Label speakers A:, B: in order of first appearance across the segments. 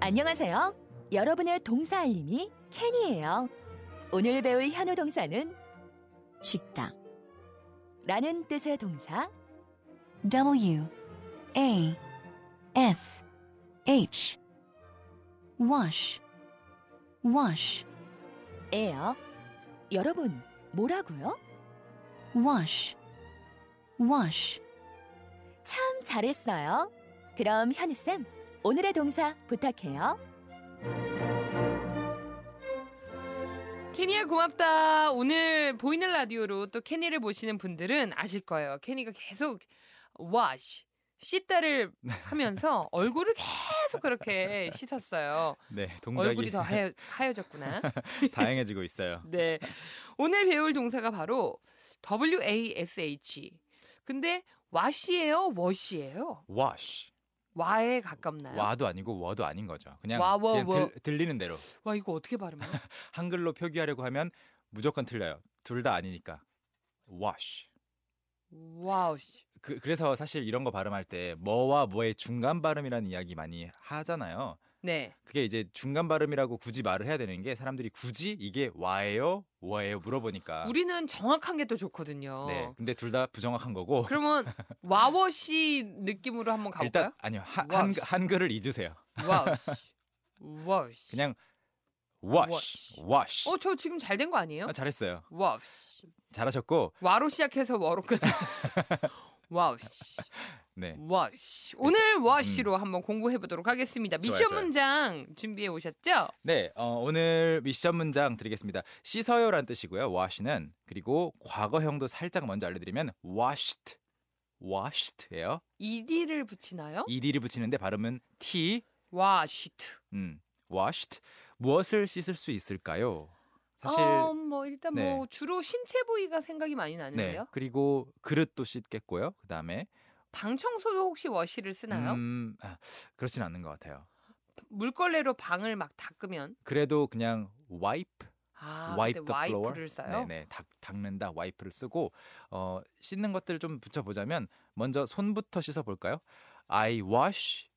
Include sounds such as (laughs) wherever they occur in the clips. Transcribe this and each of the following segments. A: 안녕하세요. 여러분의 동사 알림이 캔이에요. 오늘 배울 현우 동사는
B: 식당
A: 라는 뜻의 동사
B: W A S H wash wash
A: 에요. 여러분, 뭐라고요?
B: wash wash
A: 참 잘했어요. 그럼 현우쌤, 오늘의 동사 부탁해요.
C: 케니야 고맙다. 오늘 보이는 라디오로 또 케니를 보시는 분들은 아실 거예요. 케니가 계속 wash 씻다를
D: 네.
C: 하면서 얼굴을 계속 그렇게 씻었어요. (laughs)
D: 네,
C: 얼굴이
D: 동작이
C: 더 하여, 하여졌구나.
D: (laughs) 다양해지고 있어요.
C: 네. 오늘 배울 동사가 바로 wash. 근데 wash예요, wash예요.
D: wash.
C: 와에 가깝나요? 와,
D: 와도 아니고 워도 아닌 거죠. 그냥,
C: 와, 워,
D: 그냥
C: 워.
D: 들, 들리는 대로
C: 이거 어떻게 발음해?
D: 한글로 표기하려고 하면 무조건 틀려요. 둘 다 아니니까. wash.
C: wash.
D: 그, 그래서 사실 이런 거 발음할 때 뭐와 뭐의 중간 발음이라는 이야기 많이 하잖아요.
C: 네.
D: 그게 이제 중간 발음이라고 굳이 말을 해야 되는 게 사람들이 굳이 이게 와예요, 워예요 물어보니까.
C: 우리는 정확한 게 또 좋거든요.
D: 네, 근데 둘 다 부정확한 거고.
C: 그러면 와워시 느낌으로 한번
D: 일단
C: 가볼까요?
D: 아니요 한, 한,
C: wash.
D: 한글을 잊으세요.
C: 와우시. 와우시.
D: 그냥 wash, wash.
C: 어, 저 지금 잘 된 거 아니에요?
D: 아, 잘했어요.
C: 와우시.
D: 잘하셨고
C: 와로 시작해서 워로
D: (laughs)
C: 끝났어. 와우시.
D: 네 음.
C: 와우시. 오늘 와우시로 한번 공부해 보도록 하겠습니다.
D: 좋아요,
C: 미션
D: 좋아요.
C: 문장 준비해 오셨죠?
D: 네, 어, 오늘 미션 문장 드리겠습니다. 씻어요란 뜻이고요. wash는 그리고 과거형도 살짝 먼저 알려드리면 washed, washed예요.
C: 이디를 붙이나요?
D: ed를 붙이는데 발음은 t,
C: 와시트.
D: 음, washed. 무엇을 씻을 수 있을까요? 사실
C: 어, 뭐 일단
D: 네.
C: 뭐 주로 신체 부위가 생각이 많이 나는데요.
D: 네 그리고 그릇도 씻겠고요. 그 다음에
C: 방 청소도 혹시 워시를 쓰나요?
D: 음, 아, 그렇진 않는 것 같아요.
C: 물걸레로 방을 막 닦으면
D: 그래도 그냥 wipe
C: 아,
D: wipe
C: 근데
D: the floor.
C: 와이프를 써요?
D: 네네, 닦, 닦는다 와이프를 쓰고 어, 씻는 것들을 좀 붙여보자면 먼저 손부터 씻어볼까요? I wash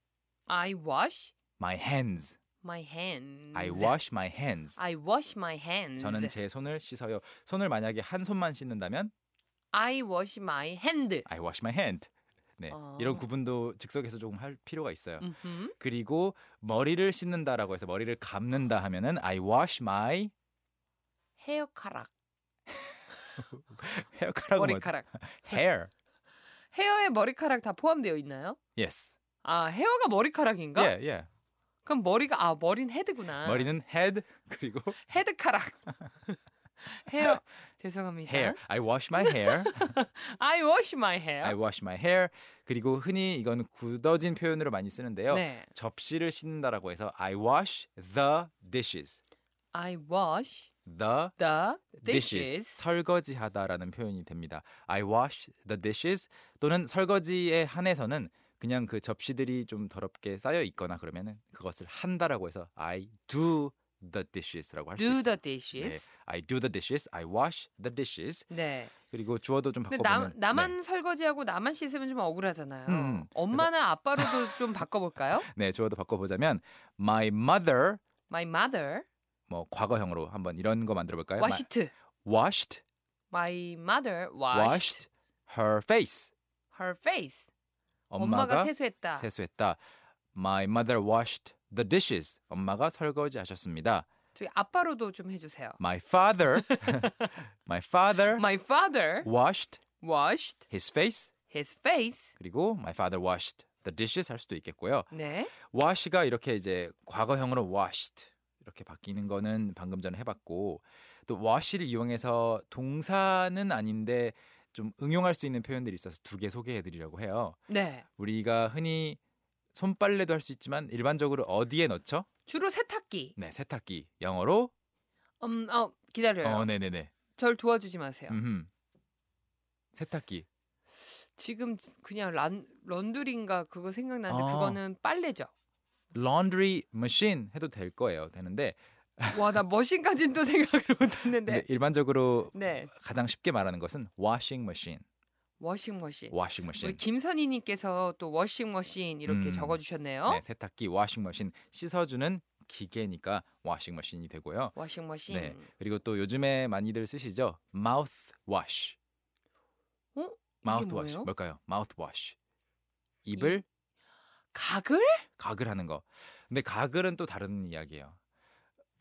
C: I wash
D: my hands.
C: my hands.
D: I wash my hands.
C: I wash my hands.
D: 저는 제 손을 씻어요. 손을 만약에 한 손만 씻는다면
C: I wash my hand.
D: I wash my hand. 네,
C: 어.
D: 이런 구분도 즉석에서 조금 할 필요가 있어요.
C: 음흠.
D: 그리고 머리를 씻는다라고 해서 머리를 감는다 하면은 I wash my
C: 헤어카락.
D: 헤어카락
C: 머리카락.
D: hair.
C: 헤어에 머리카락 다 포함되어 있나요?
D: Yes.
C: 아, 헤어가 머리카락인가?
D: 예, 예.
C: 그럼 머리가 아, 머린 헤드구나.
D: 머리는 head 그리고 (laughs)
C: 헤드카락. 헤어. 죄송합니다.
D: hair. I wash my hair.
C: I wash my hair.
D: I wash my hair. 그리고 흔히 이건 굳어진 표현으로 많이 쓰는데요.
C: 네.
D: 접시를 씻는다라고 해서 I wash the dishes.
C: I wash
D: The
C: the
D: dishes.
C: dishes.
D: 설거지하다라는 표현이 됩니다. I wash the dishes 또는 설거지에 한해서는 그냥 그 접시들이 좀 더럽게 쌓여 있거나 그러면은 그것을 한다라고 해서 I do the dishes라고 할 수
C: Do
D: 있어요.
C: the dishes.
D: I do the dishes. I wash the dishes.
C: 네.
D: 그리고 주어도 좀
C: 근데
D: 바꿔보면
C: 나, 나만
D: 네.
C: 설거지하고 나만 씻으면 좀 억울하잖아요.
D: 음, 음.
C: 엄마나 아빠로도 좀 바꿔볼까요?
D: 네, 주어도 바꿔보자면 my mother
C: My mother
D: 뭐 과거형으로 한번 이런 거 만들어 볼까요?
C: washed.
D: Ma- washed,
C: My mother washed,
D: washed her face.
C: her face. 엄마가,
D: 엄마가,
C: 세수했다.
D: 세수했다. My mother washed the dishes. 엄마가 설거지하셨습니다.
C: 저기 아빠로도 좀 해주세요.
D: My father, (laughs) my father
C: (laughs) My father
D: washed
C: washed
D: his face.
C: his face.
D: 그리고 my father washed the dishes 할 수도 있겠고요.
C: 네.
D: wash가 이렇게 이제 과거형으로 washed 이렇게 바뀌는 거는 방금 전에 해봤고 또 wash를 이용해서 동사는 아닌데 좀 응용할 수 있는 표현들이 있어서 두 개 소개해드리려고 해요.
C: 네.
D: 우리가 흔히 손빨래도 할 수 있지만 일반적으로 어디에 넣죠?
C: 주로 세탁기.
D: 네, 세탁기. 영어로
C: 음, 어, 기다려요.
D: 어, 네, 네, 네.
C: 절 도와주지 마세요.
D: 음. 세탁기.
C: 지금 지- 그냥 란, 런드리인가 그거 생각나는데
D: 아.
C: 그거는 빨래죠.
D: laundry machine 해도 될 거예요. 되는데
C: 와, 나 머신까지는 또 (laughs) 생각을 못했는데.
D: 근데 일반적으로
C: 네.
D: 가장 쉽게 말하는 것은 washing machine.
C: 워싱머신. 우리
D: 워싱머신.
C: 김선희님께서 또 워싱머신 이렇게
D: 네. 음.
C: 적어주셨네요.
D: 네, 세탁기, 워싱머신 씻어주는 기계니까 워싱머신이 되고요.
C: 워싱머신.
D: 네, 그리고 또 요즘에 많이들 쓰시죠. 마우스 워시.
C: 어? 이게
D: 마우스 워시
C: 뭐예요?
D: 뭘까요? 마우스 워시. 입을
C: 가글?
D: 가글하는 거. 근데 가글은 또 다른 이야기예요.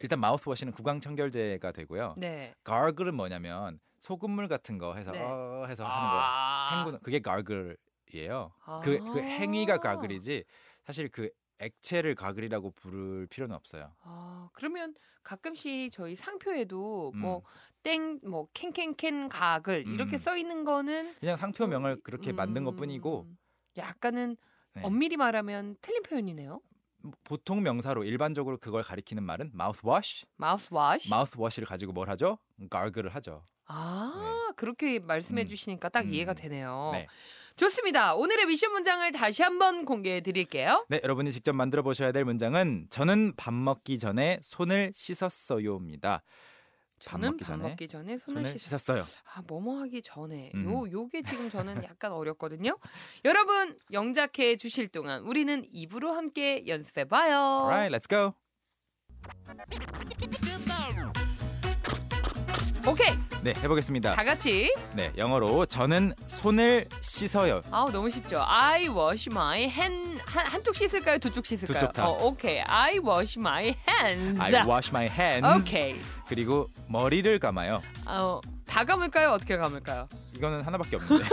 D: 일단 마우스 워시는 구강 청결제가 되고요.
C: 네.
D: 가글은 뭐냐면 소금물 같은 거 해서
C: 네.
D: 어 해서 하는
C: 아.
D: 거. 행군 그게 가글이에요. 그, 그 행위가 가글이지 사실 그 액체를 가글이라고 부를 필요는 없어요.
C: 아, 그러면 가끔씩 저희 상표에도
D: 음.
C: 뭐 땡, 뭐 캔캔캔 가글 이렇게
D: 음.
C: 써 있는 거는
D: 그냥 상표명을
C: 음,
D: 그렇게 만든 것뿐이고
C: 음, 약간은
D: 네.
C: 엄밀히 말하면 틀린 표현이네요.
D: 뭐 보통 명사로 일반적으로 그걸 가리키는 말은 마우스워시.
C: 마우스 와시.
D: 마우스워시를 가지고 뭘 하죠? 가글을 하죠.
C: 아, 그렇게 말씀해
D: 음.
C: 주시니까 딱
D: 음.
C: 이해가 되네요.
D: 네.
C: 좋습니다. 오늘의 미션 문장을 다시 한번 공개해 드릴게요.
D: 네, 여러분이 직접 만들어 보셔야 될 문장은 저는 밥 먹기 전에 손을 씻었어요입니다.
C: 저는 밥 먹기 전에 손을,
D: 손을
C: 씻어.
D: 씻었어요.
C: 아, 뭐뭐 하기 전에.
D: 음.
C: 요 요게 지금 저는
D: (laughs)
C: 약간 어렵거든요. 여러분, 영작해 주실 동안 우리는 입으로 함께 연습해 봐요.
D: Alright, let's go.
C: 오케이.
D: 네, 해보겠습니다.
C: 다 같이.
D: 네, 영어로 저는 손을 씻어요.
C: 아우 너무 쉽죠. I wash my hand 한, 한쪽 씻을까요? 두 쪽 씻을까요?
D: 두쪽 다.
C: 어, 오케이. I wash my hands.
D: I wash my hands.
C: 오케이.
D: 그리고 머리를 감아요.
C: 어, 다 감을까요? 어떻게 감을까요?
D: 이거는
C: (laughs)
D: 하나밖에 없는데.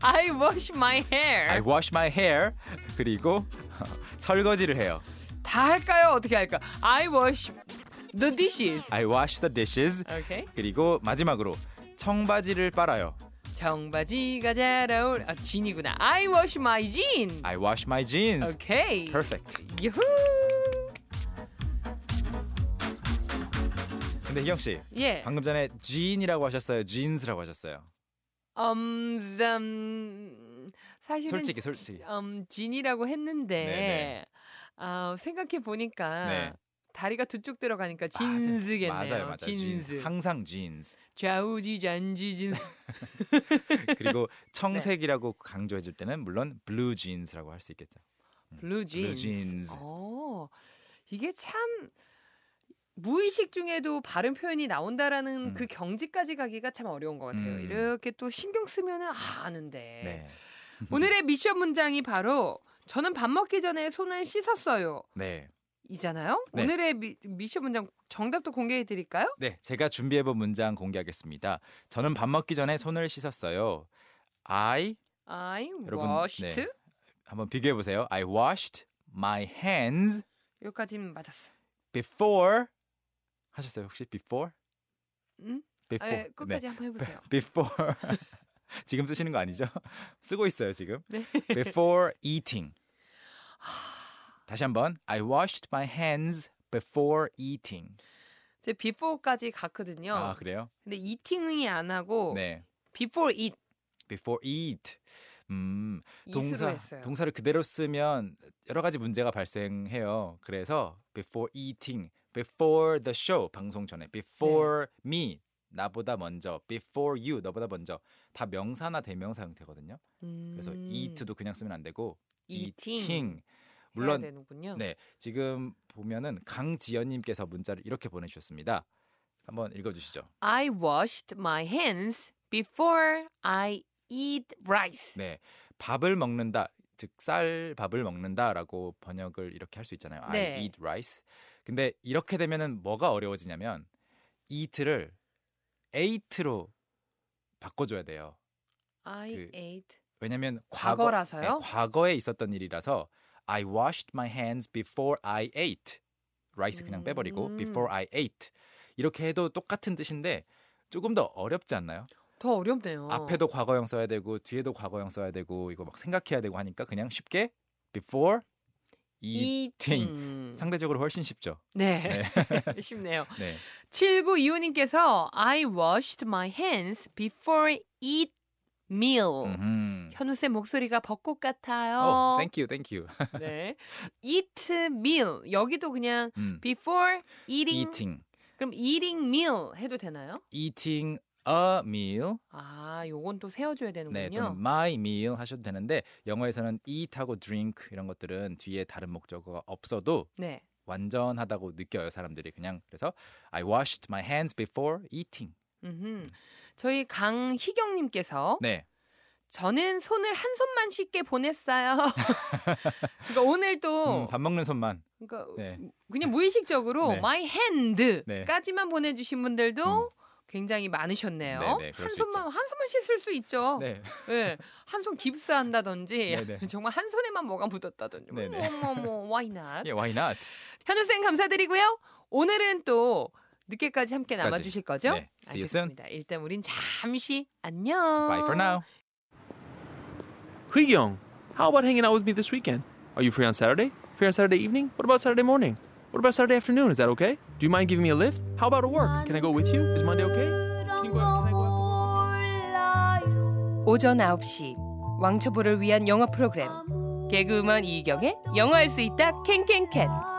C: I wash my hair.
D: I wash my hair. 그리고 (laughs) 설거지를 해요.
C: 다 할까요? 어떻게 할까? I wash the dishes.
D: I wash the dishes.
C: 오케이.
D: 그리고 마지막으로 청바지를 빨아요.
C: 정바지가 잘 어울. 아, 진이구나. I wash my jean.
D: I wash my jeans.
C: 오케이.
D: Perfect.
C: 유후.
D: 근데 희경 씨,
C: 예.
D: 방금 전에 jean이라고 하셨어요. jeans라고 하셨어요.
C: 음, 음 사실은 지-
D: 솔직히, 솔직히.
C: 음, 진이라고 했는데
D: 네네.
C: 아, 생각해 보니까
D: 네.
C: 다리가 두 쪽 들어가니까
D: 맞아요.
C: 진즈겠네요.
D: 맞아요, 맞아요.
C: 진즈.
D: jeans.
C: (laughs)
D: 항상 jeans.
C: 좌우지 잔지 진즈.
D: 그리고
C: 네.
D: 청색이라고 강조해 줄 때는 물론 blue jeans라고 할 수 있겠죠.
C: 블루
D: Blue
C: 진즈.
D: jeans.
C: 어. 이게 참 무의식 중에도 바른 표현이 나온다라는
D: 음.
C: 그 경지까지 가기가 참 어려운 것 같아요.
D: 음.
C: 이렇게 또 신경 쓰면은 아, 아는데.
D: 네. (laughs)
C: 오늘의 미션 문장이 바로 저는 밥 먹기 전에 손을 씻었어요.
D: 네.
C: 이잖아요.
D: 네.
C: 오늘의 미, 미션 문장 정답도 공개해 드릴까요?
D: 네, 제가 준비해본 문장 공개하겠습니다. 저는 밥 먹기 전에 손을 씻었어요. I
C: I
D: 여러분,
C: washed
D: 네. 한번 비교해 보세요. I washed my hands
C: 여기까지는 맞았어.
D: before 하셨어요 혹시 before?
C: 응? 아,
D: before 네.
C: 예, 끝까지 한번 해보세요.
D: before (laughs) 지금 쓰시는 거 아니죠? (laughs) 쓰고 있어요 지금.
C: 네.
D: before eating. 다시 한번 I washed my hands before eating.
C: 제 before까지 갔거든요.
D: 아 그래요?
C: 근데 eating이 안 하고
D: 네.
C: before eat
D: before eat. 음,
C: 이스로 했어요.
D: 동사를 그대로 쓰면 여러 가지 문제가 발생해요. 그래서 before eating, before the show 방송 전에 before
C: 네.
D: me 나보다 먼저, before you 너보다 먼저 다 명사나 대명사 형태거든요.
C: 음,
D: 그래서 eat도 그냥 쓰면 안 되고
C: eating, 물론
D: 물론
C: 되는군요.
D: 네 지금 보면은 강지연님께서 문자를 이렇게 보내주셨습니다. 한번 읽어주시죠.
C: I washed my hands before I eat rice.
D: 네 밥을 먹는다 즉 쌀밥을 먹는다라고 번역을 이렇게 할 수 있잖아요.
C: 네.
D: I eat rice. 근데 이렇게 되면은 뭐가 어려워지냐면 eat를 ate로 바꿔줘야 돼요.
C: I
D: 그-
C: ate
D: 왜냐면 과거,
C: 과거라서요.
D: 네, 과거에 있었던 일이라서 I washed my hands before I ate. rice 그냥 빼버리고
C: 음.
D: before I ate. 이렇게 해도 똑같은 뜻인데 조금 더 어렵지 않나요?
C: 더 어렵네요.
D: 앞에도 과거형 써야 되고 뒤에도 과거형 써야 되고 이거 막 생각해야 되고 하니까 그냥 쉽게 before eat
C: eating.
D: 상대적으로 훨씬 쉽죠.
C: 네. (laughs) 쉽네요.
D: 네.
C: 7925님께서 I washed my hands before eat meal.
D: 음흠.
C: 현우쌤 목소리가 벚꽃 같아요.
D: 오, thank you, thank you.
C: 네. eat meal. 여기도 그냥
D: 음.
C: before eating.
D: eating,
C: 그럼 eating meal 해도 되나요?
D: eating a meal
C: 아, 요건 또 세워줘야
D: 네,
C: 되는군요.
D: 또는 my meal 하셔도 되는데 영어에서는 eat하고 drink 이런 것들은 뒤에 다른 목적어가 없어도
C: 네.
D: 완전하다고 느껴요 사람들이 그냥 그래서 I washed my hands before eating.
C: 음흠. 저희 강희경님께서
D: 네,
C: 저는 손을 한 손만 씻게 보냈어요. (laughs) 그러니까 오늘 또
D: 음, 밥 먹는 손만.
C: 그러니까
D: 네.
C: 그냥 무의식적으로
D: 네.
C: my
D: 네. 음.
C: hand까지만 보내주신 분들도 굉장히 많으셨네요.
D: 네, 네, 그럴
C: 한
D: 수
C: 손만 한 손만 씻을 수 있죠.
D: 네,
C: 예, 한손 깁스한다든지
D: 네, 네.
C: (laughs) 정말 한 손에만 뭐가 묻었다든지
D: 네, 네.
C: 뭐뭐뭐 why not?
D: (laughs) 예, why not?
C: 현우 쌤 감사드리고요. 오늘은 또 늦게까지 함께 남아 주실 거죠?
D: 네. See you soon.
C: 알겠습니다. 일단 우린 잠시 안녕.
D: Bye for now.
E: Young, how about hanging out with me this weekend? Are you free on Saturday? Free on Saturday evening? What about Saturday morning? What about Saturday afternoon? Is that okay? Do you mind giving me a lift? How about a work? Can I go with you? Is Monday okay? Can you go out? Can I go out?
C: 오전 9시 왕초보를 위한 영어 프로그램 개그우먼 이경의 영어할 수 있다 캔캔캔